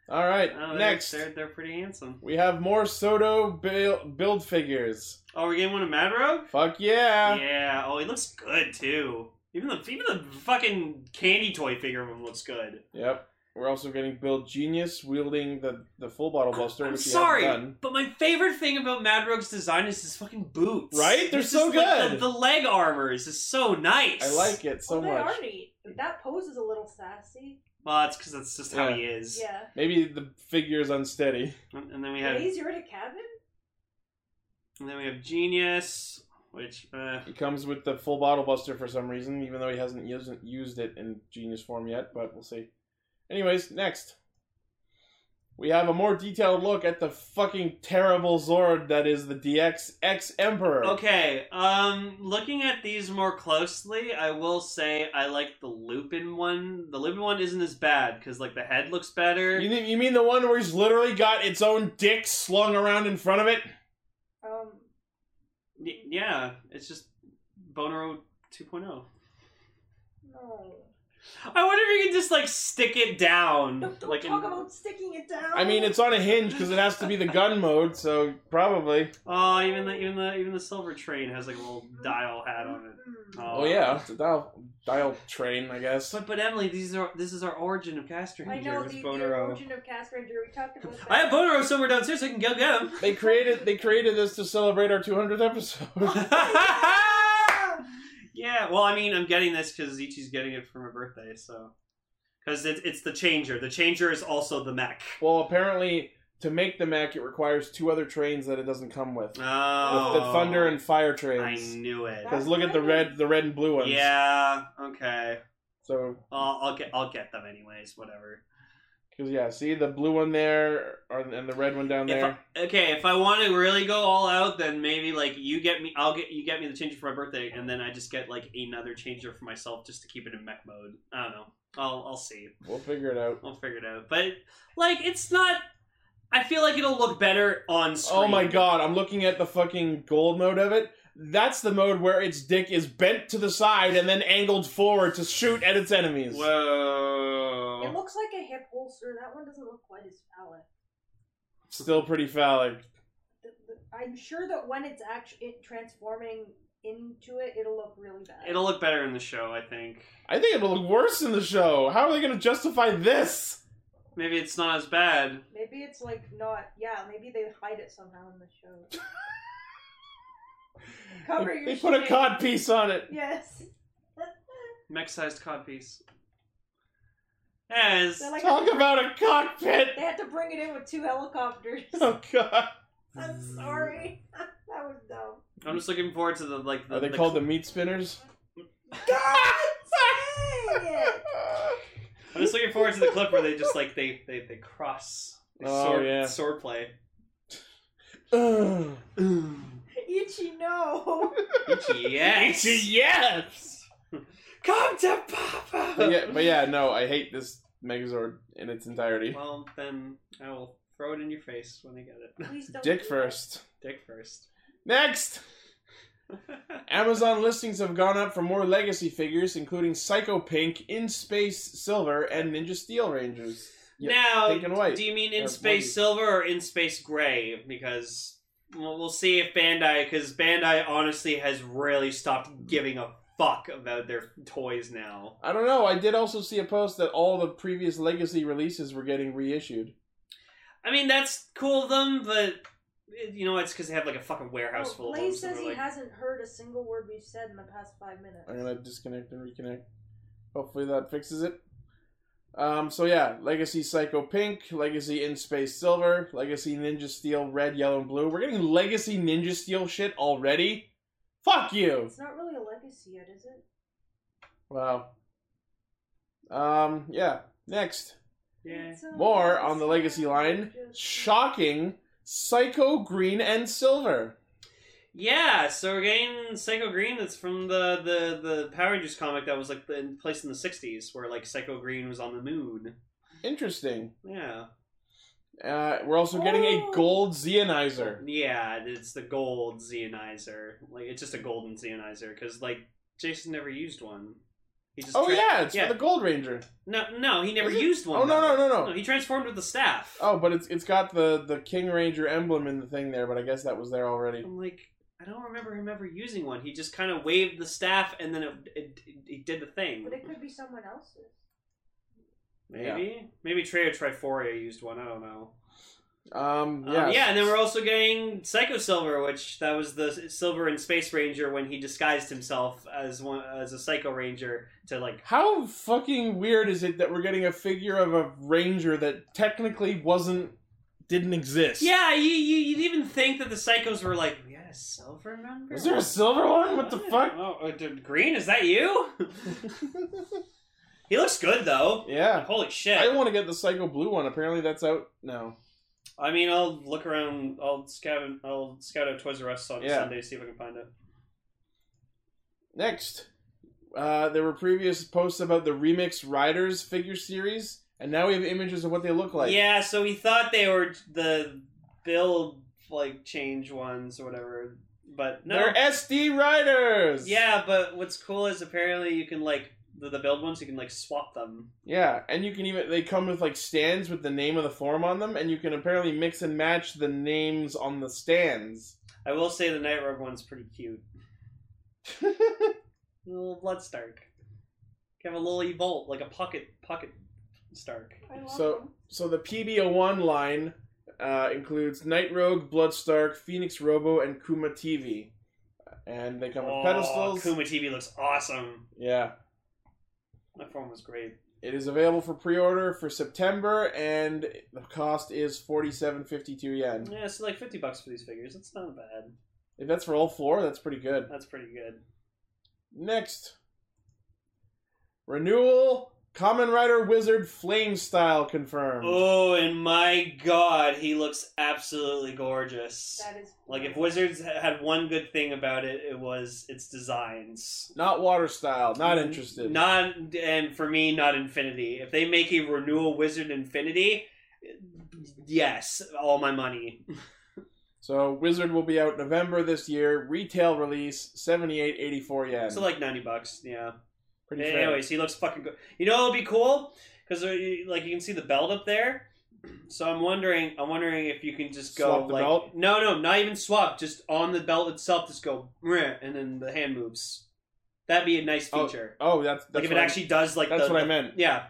Speaker 3: All right,
Speaker 2: Oh, they're-
Speaker 3: next.
Speaker 2: they're, they're pretty handsome.
Speaker 3: We have more Soto buil- build figures.
Speaker 2: Oh, we're getting one of Mad Rogue.
Speaker 3: Fuck yeah.
Speaker 2: yeah. Oh, he looks good too. Even the even the fucking candy toy figure of him looks good.
Speaker 3: Yep. We're also getting Build Genius wielding the, the full bottle buster.
Speaker 2: I'm
Speaker 3: which we
Speaker 2: sorry,
Speaker 3: haven't done.
Speaker 2: but my favorite thing about Mad Rogue's design is his fucking boots.
Speaker 3: Right? They're
Speaker 2: It's
Speaker 3: so
Speaker 2: just like
Speaker 3: good.
Speaker 2: the, the leg armor is just so nice.
Speaker 3: I like it so
Speaker 4: Well, Oh, they
Speaker 3: much.
Speaker 4: are neat. That pose is a little sassy.
Speaker 2: Well, that's because that's just how
Speaker 3: Yeah.
Speaker 2: he is.
Speaker 4: Yeah.
Speaker 3: Maybe the figure is unsteady.
Speaker 2: And and then we
Speaker 4: Yeah.
Speaker 2: have
Speaker 4: Easier at a cabin.
Speaker 2: and then we have Genius, which uh,
Speaker 3: He comes with the full bottle buster for some reason, even though he hasn't used, used it in genius form yet, but we'll see. Anyways, next. We have a more detailed look at the fucking terrible Zord that is the DX X Emperor.
Speaker 2: Okay, um, looking at these more closely, I will say I like the Lupin one. The Lupin one isn't as bad because like the head looks better.
Speaker 3: You, mean- you mean the one where he's literally got its own dick slung around in front of it?
Speaker 4: Um.
Speaker 2: Y- yeah, it's just Bonero 2.0.
Speaker 4: No.
Speaker 2: oh. I wonder if you can just like stick it down.
Speaker 4: Don't, don't
Speaker 2: like in-
Speaker 4: talk about sticking it down.
Speaker 3: Mm, I mean, it's on a hinge because it has to be the gun mode, so probably.
Speaker 2: Oh, even the even the even the silver train has like a little dial hat on it.
Speaker 4: Mm-hmm.
Speaker 3: Oh yeah, it's a dial dial train, I guess.
Speaker 2: But but Emily, these are this is our origin of Castor
Speaker 4: I
Speaker 2: Ranger.
Speaker 4: know
Speaker 2: is
Speaker 4: the, the
Speaker 2: Bonero.
Speaker 4: origin of Cast Ranger. We talked about that.
Speaker 2: I have Bonero somewhere downstairs. I can go get
Speaker 4: [LAUGHS]
Speaker 2: him. [LAUGHS]
Speaker 3: They created they created this to celebrate our 200th episode.
Speaker 2: yeah. Well, I mean, I'm getting this because Ichi's getting it for my birthday. So because it's it's the changer. The changer is also the mech.
Speaker 3: well, apparently to make the mech, it requires two other trains that it doesn't come with.
Speaker 2: Oh,
Speaker 3: With the thunder and fire
Speaker 2: I
Speaker 3: trains.
Speaker 2: knew it.
Speaker 3: Because look at the red the red and blue ones.
Speaker 2: Yeah. Okay.
Speaker 3: So
Speaker 2: I'll, I'll get I'll get them anyways. Whatever.
Speaker 3: because yeah, see the blue one there or, and the red one down
Speaker 2: If
Speaker 3: there.
Speaker 2: I, okay, if I want to really go all out, then maybe like you get me, I'll get you get me the changer for my birthday, and then I just get like another changer for myself just to keep it in mech mode. I don't know. I'll I'll see.
Speaker 3: We'll figure it out.
Speaker 2: I'll figure it out. But like, it's not. I feel like it'll look better on screen.
Speaker 3: Oh my god, I'm looking at the fucking gold mode of it. That's the mode where its dick is bent to the side and then angled forward to shoot at its enemies.
Speaker 4: It
Speaker 2: Whoa.
Speaker 4: looks like a hip holster. That one doesn't look quite as phallic.
Speaker 3: Still pretty phallic.
Speaker 4: The, the, I'm sure that when it's actually it transforming into it, it'll look really bad.
Speaker 2: It'll look better in the show, I think.
Speaker 3: I think it'll look worse in the show. How are they going to justify this?
Speaker 2: Maybe it's not as bad.
Speaker 4: Maybe it's like not. Yeah, maybe they hide it somehow in the
Speaker 3: [LAUGHS]
Speaker 4: show. Cover
Speaker 3: They,
Speaker 4: your.
Speaker 3: they put a
Speaker 4: shame.
Speaker 3: cod piece on it.
Speaker 4: Yes.
Speaker 2: Mech-sized codpiece. As
Speaker 4: [LAUGHS] They're like-
Speaker 3: Talk about a cockpit.
Speaker 4: They had to bring it in with two helicopters.
Speaker 3: [LAUGHS] Oh god.
Speaker 4: I'm sorry. [LAUGHS] that was
Speaker 3: [LAUGHS]
Speaker 4: dumb.
Speaker 2: I'm just looking forward to the like. The,
Speaker 3: Are they
Speaker 2: the
Speaker 3: called the meat spinners?
Speaker 4: God dang it!
Speaker 2: I'm just looking forward to the clip where they just like they they, they cross. They
Speaker 3: Oh,
Speaker 2: sword,
Speaker 3: yeah.
Speaker 2: sword play.
Speaker 3: Ugh.
Speaker 4: Ichi, no.
Speaker 2: yes.
Speaker 3: yes.
Speaker 2: Come to Papa.
Speaker 3: But yeah, but yeah, no, I hate this Megazord in its entirety.
Speaker 2: [LAUGHS] Well, then I will throw it in your face when I get it.
Speaker 4: Please don't.
Speaker 3: Dick
Speaker 4: do
Speaker 3: first.
Speaker 2: Dick first.
Speaker 3: Next. Amazon listings have gone up for more legacy figures, including Psycho Pink, In Space Silver, and Ninja Steel Rangers. Yeah, pink and
Speaker 2: now,
Speaker 3: white.
Speaker 2: do you mean
Speaker 3: Or
Speaker 2: in space
Speaker 3: white.
Speaker 2: silver or in space gray? Because we'll, we'll see if Bandai, because Bandai honestly has really stopped giving a fuck about their toys now.
Speaker 3: I don't know. I did also see a post that all the previous legacy releases were getting reissued.
Speaker 2: I mean, that's cool of them, but eh, you know, it's because they have like a fucking
Speaker 4: that.
Speaker 2: warehouse
Speaker 4: No,
Speaker 2: full
Speaker 4: Blaze
Speaker 2: of them.
Speaker 4: Oh,
Speaker 2: so
Speaker 4: says he
Speaker 2: they're like-
Speaker 4: hasn't heard a single word we've said in the past five minutes.
Speaker 3: I'm gonna disconnect and reconnect. Hopefully that fixes it. Um, so yeah, Legacy Psycho Pink, Legacy In Space Silver, Legacy Ninja Steel Red, Yellow, and Blue. We're getting Legacy Ninja Steel shit already. Fuck you.
Speaker 4: It's not really a legacy yet, is it?
Speaker 3: Wow. Um, yeah. Next,
Speaker 2: yeah.
Speaker 4: It's a
Speaker 3: more on the Legacy line.
Speaker 4: Just-
Speaker 3: Shocking. Psycho Green and Silver.
Speaker 2: Yeah, so we're getting Psycho Green. That's from the the the Power Rangers comic that was like the, placed in the '60s, where like Psycho Green was on the moon.
Speaker 3: Interesting.
Speaker 2: Yeah,
Speaker 3: Uh, we're also getting a
Speaker 4: Oh.
Speaker 3: gold Xeonizer.
Speaker 2: yeah, it's the gold Xeonizer. Like it's just a golden Xeonizer because like Jason never used one. He just
Speaker 3: Oh
Speaker 2: tra-
Speaker 3: yeah, it's
Speaker 2: yeah.
Speaker 3: for the Gold Ranger.
Speaker 2: no no he never
Speaker 3: Is it?
Speaker 2: used one.
Speaker 3: Oh no
Speaker 2: though.
Speaker 3: no no no.
Speaker 2: no he transformed with the staff.
Speaker 3: Oh, but it's it's got the the King Ranger emblem in the thing there, but I guess that was there already.
Speaker 2: I'm like I don't remember him ever using one. He just kind of waved the staff and then it it, it, it did the thing.
Speaker 4: But it could be someone else's.
Speaker 2: Maybe maybe Trey or Triforia used one. I don't know. Um,
Speaker 3: Um, yeah,
Speaker 2: yeah, and then we're also getting Psycho Silver, which that was the S- Silver and Space Ranger when he disguised himself as one as a Psycho Ranger to like.
Speaker 3: How fucking weird is it that we're getting a figure of a ranger that technically wasn't didn't exist?
Speaker 2: Yeah, you, you you'd even think that the Psychos were like, we got a Silver member.
Speaker 3: Is there a silver one? What the fuck?
Speaker 2: Oh, uh, dude, Green, is that you?
Speaker 3: [LAUGHS]
Speaker 2: he looks good though.
Speaker 3: Yeah.
Speaker 2: Holy shit!
Speaker 3: I
Speaker 2: I,
Speaker 3: want to get the Psycho Blue one. Apparently that's out now.
Speaker 2: mean, I'll look around. I'll scout. I'll scout out Toys R Us on
Speaker 3: Yeah.
Speaker 2: Sunday see if I can find it.
Speaker 3: Next, uh, there were previous posts about the Remix Riders figure series, and now we have images of what they look like.
Speaker 2: yeah, so we thought they were the build like change ones or whatever, but no.
Speaker 3: They're SD Riders.
Speaker 2: Yeah, but what's cool is apparently you can like the, the build ones. You can like swap them.
Speaker 3: Yeah, and you can even they come with like stands with the name of the form on them, and you can apparently mix and match the names on the stands. [LAUGHS]
Speaker 2: I will say the Night Rogue one's pretty cute. A little blood Stark. You can have a little Evolt, like a pocket pocket Stark.
Speaker 4: I love
Speaker 3: So-
Speaker 4: them.
Speaker 3: so the PB01 line uh, includes Night Rogue, Bloodstark, Phoenix Robo, and Kuma TV, and they come with
Speaker 2: Oh,
Speaker 3: pedestals.
Speaker 2: Kuma TV looks awesome.
Speaker 3: Yeah,
Speaker 2: That form was great.
Speaker 3: it is available for pre-order for September, and the cost is forty-seven fifty-two yen.
Speaker 2: Yeah, so like fifty bucks for these figures. It's not bad.
Speaker 3: If that's for all four, that's pretty good.
Speaker 2: That's pretty good.
Speaker 3: Next. Renewal Common Rider Wizard Flame Style confirmed.
Speaker 2: Oh, and my God, he looks absolutely gorgeous.
Speaker 4: that is
Speaker 2: Like if Wizards ha- had one good thing about it, it was its designs.
Speaker 3: Not water style. Not interested.
Speaker 2: Not and for me, not Infinity. If they make a renewal Wizard Infinity, yes, all my money.
Speaker 3: so Wizard will be out November this year. Retail release 78.84 yen.
Speaker 2: So like ninety bucks. Yeah.
Speaker 3: Pretty fair.
Speaker 2: Anyways, he looks fucking good. You know, it'll be cool because like you can see the belt up there. So I'm wondering, I'm wondering if you can just go
Speaker 3: Swap the
Speaker 2: like
Speaker 3: belt?
Speaker 2: no, no, not even swap. Just on the belt itself, just go "Meh," and then the hand moves. That'd be a nice
Speaker 3: Oh,
Speaker 2: feature.
Speaker 3: Oh, that's that's
Speaker 2: like if it
Speaker 3: what I-
Speaker 2: actually does like
Speaker 3: that's
Speaker 2: the,
Speaker 3: what I meant.
Speaker 2: yeah.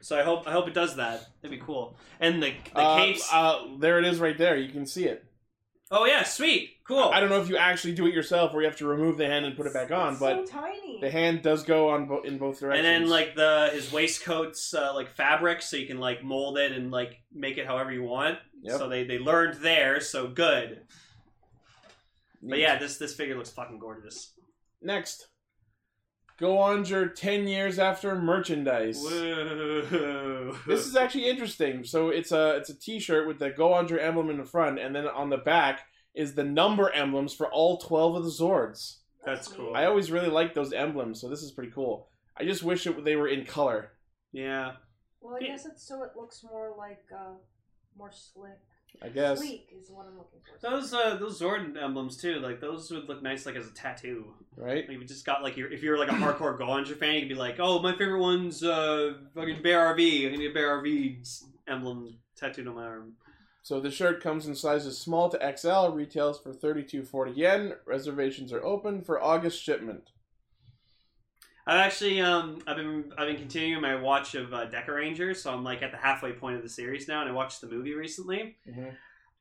Speaker 2: So I hope I hope it does that. That'd be cool. And the the
Speaker 3: Uh,
Speaker 2: capes.
Speaker 3: uh, there it is, right there. You can see it.
Speaker 2: oh yeah, sweet, cool.
Speaker 3: I don't know if you actually do it yourself or you have to remove the hand and put it back on,
Speaker 4: It's
Speaker 3: but
Speaker 4: so tiny.
Speaker 3: the hand does go on bo- in both
Speaker 2: and
Speaker 3: directions.
Speaker 2: then like the his waistcoat's uh, like fabric, so you can like mold it and like make it however you want.
Speaker 3: Yep.
Speaker 2: So they they learned there, so good. But
Speaker 3: Neat.
Speaker 2: yeah, this this figure looks fucking gorgeous.
Speaker 3: Next. Go on your 10 years after merchandise.
Speaker 2: Woo.
Speaker 3: This is actually interesting. So it's a it's a t-shirt with the Go on your emblem in the front and then on the back is the number emblems for all 12 of the Zords.
Speaker 2: That's cool.
Speaker 4: neat.
Speaker 3: I always really like those emblems, so this is pretty cool. I just wish it, they were in color.
Speaker 2: [LAUGHS] yeah.
Speaker 4: Well, I
Speaker 2: Yeah.
Speaker 4: guess it's so it looks more like uh, more slick.
Speaker 3: I guess.
Speaker 4: Sleek is what I'm looking for.
Speaker 2: Those uh those Zordon emblems too, like those would look nice like as a tattoo.
Speaker 3: Right?
Speaker 2: Like if you just got like your if
Speaker 3: [CLEARS THROAT]
Speaker 2: you're like a hardcore Gonger fan, you'd be like, Oh, my favorite one's uh fucking Bear RV. I need a Bear RV emblem tattooed on my arm.
Speaker 3: So the shirt comes in sizes small to XL, retails for 32.40 yen. Reservations are open for August shipment.
Speaker 2: I've actually um I've been I've been continuing my watch of uh, Deca Rangers, so I'm like at the halfway point of the series now and I watched the movie recently.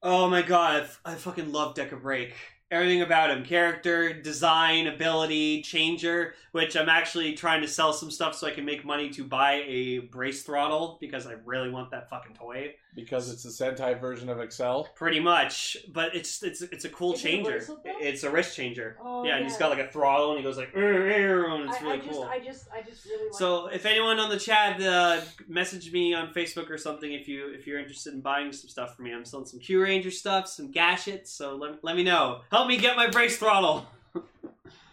Speaker 2: Oh my god, I, f- I fucking love Deca Break. Everything about him character, design, ability, changer, which I'm actually trying to sell some stuff so I can make money to buy a brace throttle because I really want that fucking toy.
Speaker 3: Because it's the Sentai version of XL.
Speaker 2: Pretty much, but it's it's it's a cool
Speaker 4: Is it a
Speaker 2: changer.
Speaker 4: bracelet though?
Speaker 2: it's a wrist changer.
Speaker 4: Oh,
Speaker 2: yeah, and he's got like a throttle and he goes like, "Err, err," and it's
Speaker 4: I,
Speaker 2: really
Speaker 4: I just,
Speaker 2: cool.
Speaker 4: I just, I just really like.
Speaker 2: So if anyone on the chat uh, message me on Facebook or something if you if you're interested in buying some stuff for me, I'm selling some Q Ranger stuff, some gashets. So let, let me know. Help me get my brace throttle.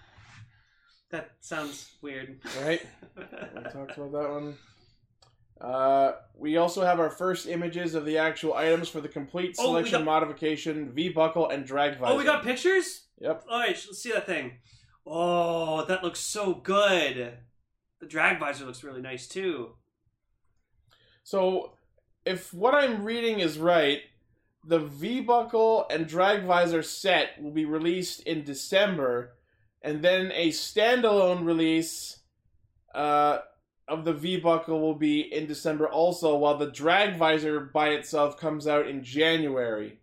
Speaker 2: [LAUGHS] that sounds weird.
Speaker 3: Right?
Speaker 2: [LAUGHS]
Speaker 3: we talked about that one. Uh, we also have our first images of the actual items for the complete
Speaker 2: Oh, we
Speaker 3: selection
Speaker 2: got-
Speaker 3: modification, V buckle, and drag visor.
Speaker 2: oh, we got pictures.
Speaker 3: Yep.
Speaker 2: All right, let's see that thing. Oh, that looks so good. The drag visor looks really nice too.
Speaker 3: So, if what I'm reading is right, the V buckle and drag visor set will be released in December, and then a standalone release uh, of the V buckle will be in December also, while the drag visor by itself comes out in January.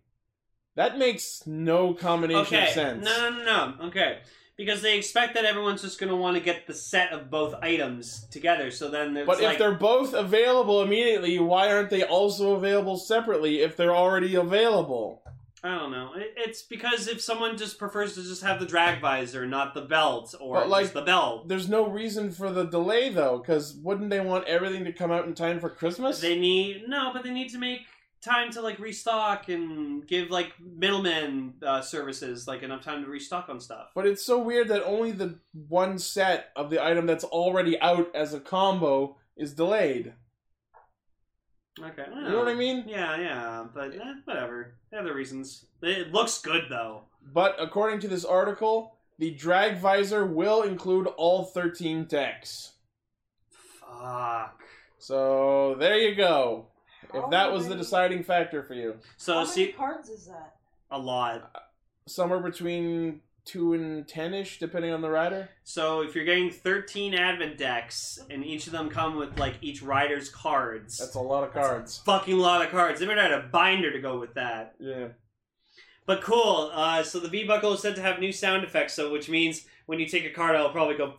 Speaker 3: That makes no combination
Speaker 2: Okay.
Speaker 3: of sense.
Speaker 2: No, no, no, no. Okay. Because they expect that everyone's just going to want to get the set of both items together. So then there's
Speaker 3: But if
Speaker 2: like,
Speaker 3: they're both available immediately, why aren't they also available separately if they're already available?
Speaker 2: I don't know. It, it's because if someone just prefers to just have the drag visor, not the belt, or
Speaker 3: But, like-
Speaker 2: just the belt,
Speaker 3: There's no reason for the delay though, because wouldn't they want everything to come out in time for Christmas?
Speaker 2: they need no. But they need to make time to like restock and give like middlemen uh, services like enough time to restock on stuff.
Speaker 3: But it's so weird that only the one set of the item that's already out as a combo is delayed.
Speaker 2: Okay.
Speaker 3: You know what I mean?
Speaker 2: Yeah, yeah. But eh, whatever. They have their reasons. It looks good though.
Speaker 3: But according to this article, the drag visor will include all 13 decks.
Speaker 2: Fuck.
Speaker 3: So there you go.
Speaker 4: How
Speaker 3: If that was the
Speaker 4: many-
Speaker 3: deciding factor for you,
Speaker 4: How
Speaker 2: So
Speaker 4: many
Speaker 2: see
Speaker 4: cards is that?
Speaker 2: a lot.
Speaker 3: somewhere between two and ten ish, depending on the rider.
Speaker 2: So if you're getting 13 advent decks and each of them come with like each rider's cards.
Speaker 3: That's a lot of cards.
Speaker 2: fucking lot of cards. They might have had a binder to go with that.
Speaker 3: Yeah.
Speaker 2: But cool. Uh, so the V buckle is said to have new sound effects, so which means when you take a card, it'll probably go.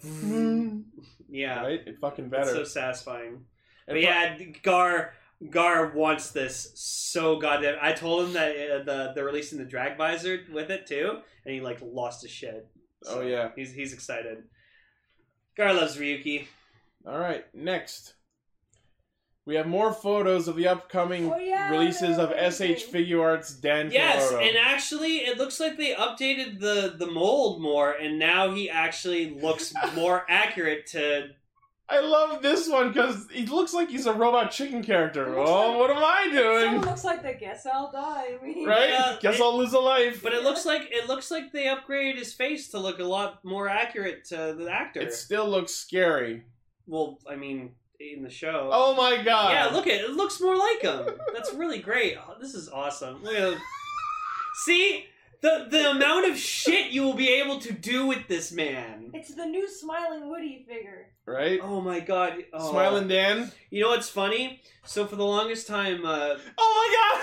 Speaker 2: Yeah,
Speaker 3: Right? It fucking
Speaker 2: Hmm. that's so
Speaker 3: better.
Speaker 2: satisfying.
Speaker 3: It
Speaker 2: But
Speaker 3: fu-
Speaker 2: yeah, Gar Gar wants this so goddamn. I told him that uh, the they're releasing the drag visor with it too, and he like lost his shit.
Speaker 3: Oh, yeah.
Speaker 2: he's he's excited. Gar loves Ryuki.
Speaker 3: All right. Next, we have more photos of the upcoming
Speaker 4: Oh, yeah,
Speaker 3: releases
Speaker 4: they're
Speaker 3: of
Speaker 4: amazing.
Speaker 3: SH Figure Arts Dan
Speaker 2: Yes,
Speaker 3: Filoro.
Speaker 2: and actually, it looks like they updated the the mold more, and now he actually [LAUGHS] looks more accurate to.
Speaker 3: I love this one because he looks like he's a robot chicken character.
Speaker 4: It looks
Speaker 3: Oh,
Speaker 4: like-
Speaker 3: what am I
Speaker 4: Someone
Speaker 3: doing?
Speaker 4: looks like the guess I'll die. I mean,
Speaker 3: Right?
Speaker 2: Yeah,
Speaker 3: Guess
Speaker 2: it-
Speaker 3: I'll lose a life.
Speaker 2: But it looks like it looks like they upgraded his face to look a lot more accurate to the actor.
Speaker 3: It still looks scary.
Speaker 2: Well, I mean, in the show.
Speaker 3: Oh my god.
Speaker 2: yeah, look at it. It looks more like him. That's really great. Oh, this is awesome. Look at- See the the amount of shit you will be able to do with this
Speaker 4: [LAUGHS]
Speaker 2: man.
Speaker 4: It's the new smiling Woody figure.
Speaker 3: Right?
Speaker 2: Oh my god! Oh.
Speaker 3: Smiling Dan.
Speaker 2: You know what's funny? So for the longest time, uh,
Speaker 3: Oh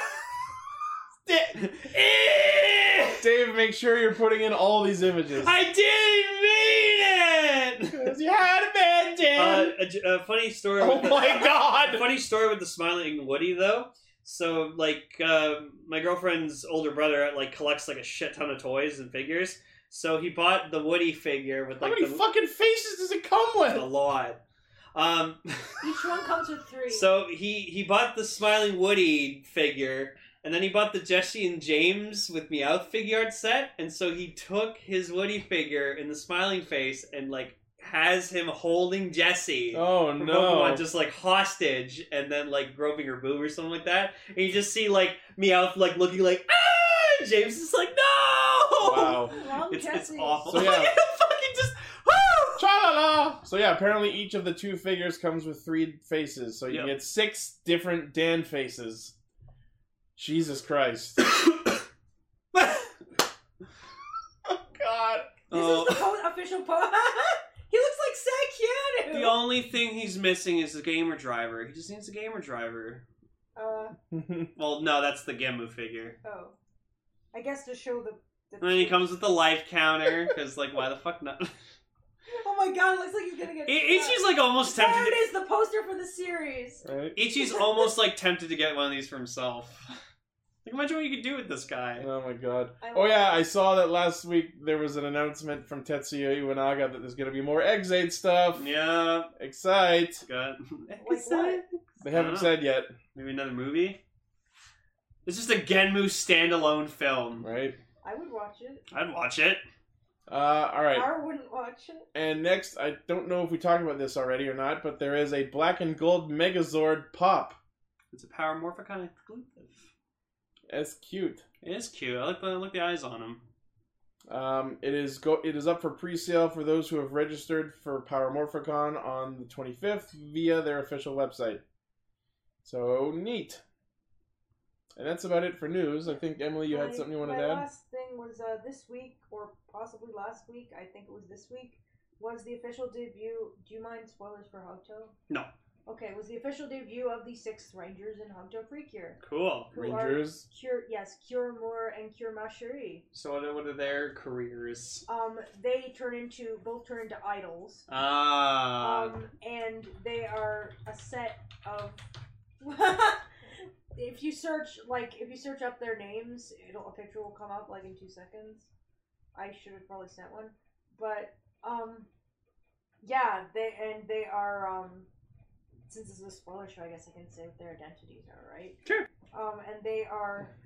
Speaker 3: my god!
Speaker 2: [LAUGHS] Eh!
Speaker 3: Dave, make sure you're putting in all these images. [LAUGHS]
Speaker 2: I didn't mean it.
Speaker 3: you had a bad
Speaker 2: [LAUGHS]
Speaker 3: day.
Speaker 2: Uh, a, j- a funny story.
Speaker 3: oh [LAUGHS]
Speaker 2: with the-
Speaker 3: my
Speaker 2: [LAUGHS] A
Speaker 3: god!
Speaker 2: funny story with the smiling Woody though. So like uh, my girlfriend's older brother like collects like a shit ton of toys and figures. So he bought the Woody figure with
Speaker 3: How
Speaker 2: like
Speaker 3: many
Speaker 2: the, Oh,
Speaker 3: fucking faces does it come
Speaker 2: a
Speaker 3: with?
Speaker 2: lot. Um,
Speaker 4: Each one comes with three.
Speaker 2: so he he bought the smiling Woody figure. And then he bought the Jesse and James with Meowth figure art set, and so he took his Woody figure in the smiling face and like has him holding Jesse.
Speaker 3: Oh
Speaker 2: from
Speaker 3: no.
Speaker 2: Pokemon just like hostage and then like groping her boob or something like that. And you just see like Meowth like looking like ah James is like no
Speaker 3: Wow.
Speaker 4: Wrong
Speaker 2: It's, it's
Speaker 4: Jesse.
Speaker 2: awful.
Speaker 3: So, yeah.
Speaker 2: Like, [LAUGHS] fucking just [LAUGHS] "Ah!"
Speaker 3: Cha-la-la! So yeah, apparently each of the two figures comes with three faces, so you
Speaker 2: Yep.
Speaker 3: get six different Dan faces. Jesus [LAUGHS] Christ! oh God! [LAUGHS]
Speaker 4: This
Speaker 2: Oh.
Speaker 4: is the po- official post. [LAUGHS] he looks like
Speaker 2: The
Speaker 4: Sakyanu.
Speaker 2: only thing he's missing is a gamer driver. He just needs a gamer driver.
Speaker 4: Uh,
Speaker 2: Well, no, that's the Gemu figure.
Speaker 4: oh. I guess to show the. the
Speaker 2: And then he comes with the life counter because, like, why the fuck not? It,
Speaker 4: Oh my god, it looks like he's gonna get.
Speaker 2: Ichi's like almost
Speaker 4: There
Speaker 2: tempted.
Speaker 4: it is, the poster for the series.
Speaker 3: right?
Speaker 2: Ichi's almost like tempted to get one of these for himself. Like, imagine what you could do with this guy.
Speaker 3: Oh my God!
Speaker 4: I
Speaker 3: Oh
Speaker 4: love
Speaker 3: yeah,
Speaker 4: it.
Speaker 3: I saw that last week. There was an announcement from Tetsuya Iwanaga that there's gonna be more Exate stuff.
Speaker 2: Yeah,
Speaker 3: Excite!
Speaker 2: good.
Speaker 4: Like what?
Speaker 3: They
Speaker 2: I don't
Speaker 3: haven't
Speaker 2: know.
Speaker 3: said yet,
Speaker 2: Maybe another movie. It's just a Genmu standalone film.
Speaker 3: right?
Speaker 4: I would watch it.
Speaker 2: I'd watch it.
Speaker 3: Uh, all right.
Speaker 4: Gar wouldn't watch it.
Speaker 3: And next, I don't know if we talked about this already or not, but there is a black and gold Megazord pop.
Speaker 2: It's a Power Morphicon exclusive.
Speaker 3: That's cute.
Speaker 2: It is cute. I like the I like the eyes on him.
Speaker 3: Um, it is go. It is up for pre-sale for those who have registered for Power Morphicon on the 25th via their official website. So neat. And that's about it for news. I think Emily, you had
Speaker 4: My-
Speaker 3: something you wanted
Speaker 4: my
Speaker 3: to add.
Speaker 4: last thing was uh, this week, or possibly last week. I think it was this week. Was the official debut? Do you mind spoilers for Hoto?
Speaker 2: No.
Speaker 4: Okay, it was the official debut of the Sixth Rangers in Hoto Free Cure.
Speaker 2: Cool.
Speaker 4: who are-
Speaker 3: Rangers.
Speaker 4: Cure, yes, Cure Moore and Cure Mashuri.
Speaker 2: So what are, what are their careers?
Speaker 4: Um, they turn into both turn into idols.
Speaker 2: Ah.
Speaker 4: Um, and they are a set of. [LAUGHS] if you search, like, if you search up their names, it'll a picture will come up like in two seconds. I should have probably sent one, but um, yeah, they and they are um, since this is a spoiler show, I guess I can say what their identities are, right?
Speaker 2: Sure.
Speaker 4: Um, and they are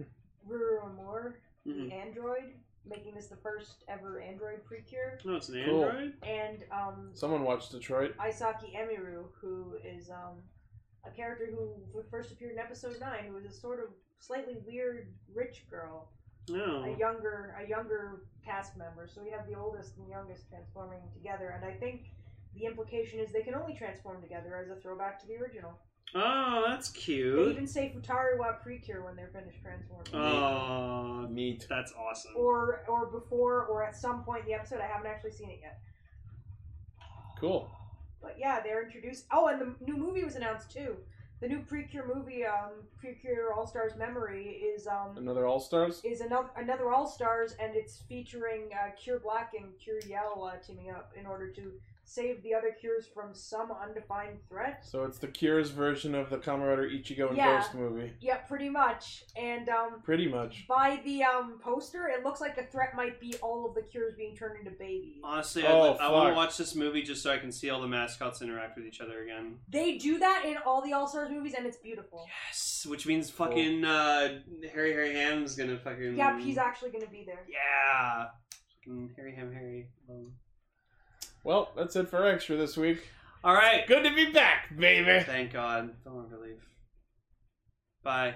Speaker 4: Ruru Amor,
Speaker 2: Mhm.
Speaker 4: the android, making this the first ever android precure,
Speaker 2: no, Oh, it's an
Speaker 3: Cool.
Speaker 2: android.
Speaker 4: and um,
Speaker 3: Someone watched Detroit.
Speaker 4: Isaki Emiru, who is um, a character who would first appeared in episode nine, who is a sort of slightly weird rich girl,
Speaker 2: No.
Speaker 4: a younger a younger cast member. So we have the oldest and youngest transforming together, and I think The implication is they can only transform together as a throwback to the original.
Speaker 2: Oh, that's
Speaker 4: They
Speaker 2: cute.
Speaker 4: even say Futari wa Precure when they're finished transforming.
Speaker 2: Oh,
Speaker 3: Neat.
Speaker 2: that's awesome.
Speaker 4: or or before or at some point in the episode. I haven't actually seen it yet.
Speaker 3: Cool.
Speaker 4: But yeah, they're introduced. Oh, and the new movie was announced too. The new Precure movie, um, Precure All Stars Memory, is um
Speaker 3: Another All Stars.
Speaker 4: is another another All Stars, and it's featuring uh, Cure Black and Cure Yell uh, teaming up in order to save the other cures from some undefined threat.
Speaker 3: So it's the Cure's version of the Kamen Rider Ichigo and
Speaker 4: Yeah.
Speaker 3: Ghost movie,
Speaker 4: Yeah, pretty much. And um,
Speaker 3: pretty much.
Speaker 4: by the um poster, it looks like the threat might be all of the cures being turned into babies.
Speaker 2: Honestly,
Speaker 3: Oh,
Speaker 2: I, I want to
Speaker 3: fuck.
Speaker 2: watch this movie just so I can see all the mascots interact with each other again.
Speaker 4: They do that in all the All Stars movies, and it's beautiful.
Speaker 2: Yes, which means fucking uh, Harry Harry Ham's gonna fucking.
Speaker 4: Yep, he's actually going to be there.
Speaker 2: Yeah. Fucking Harry Ham Harry. Um,
Speaker 3: Well, that's it for extra this week.
Speaker 2: All right.
Speaker 3: Good to be back, baby.
Speaker 2: Thank God. Don't want to leave. Bye.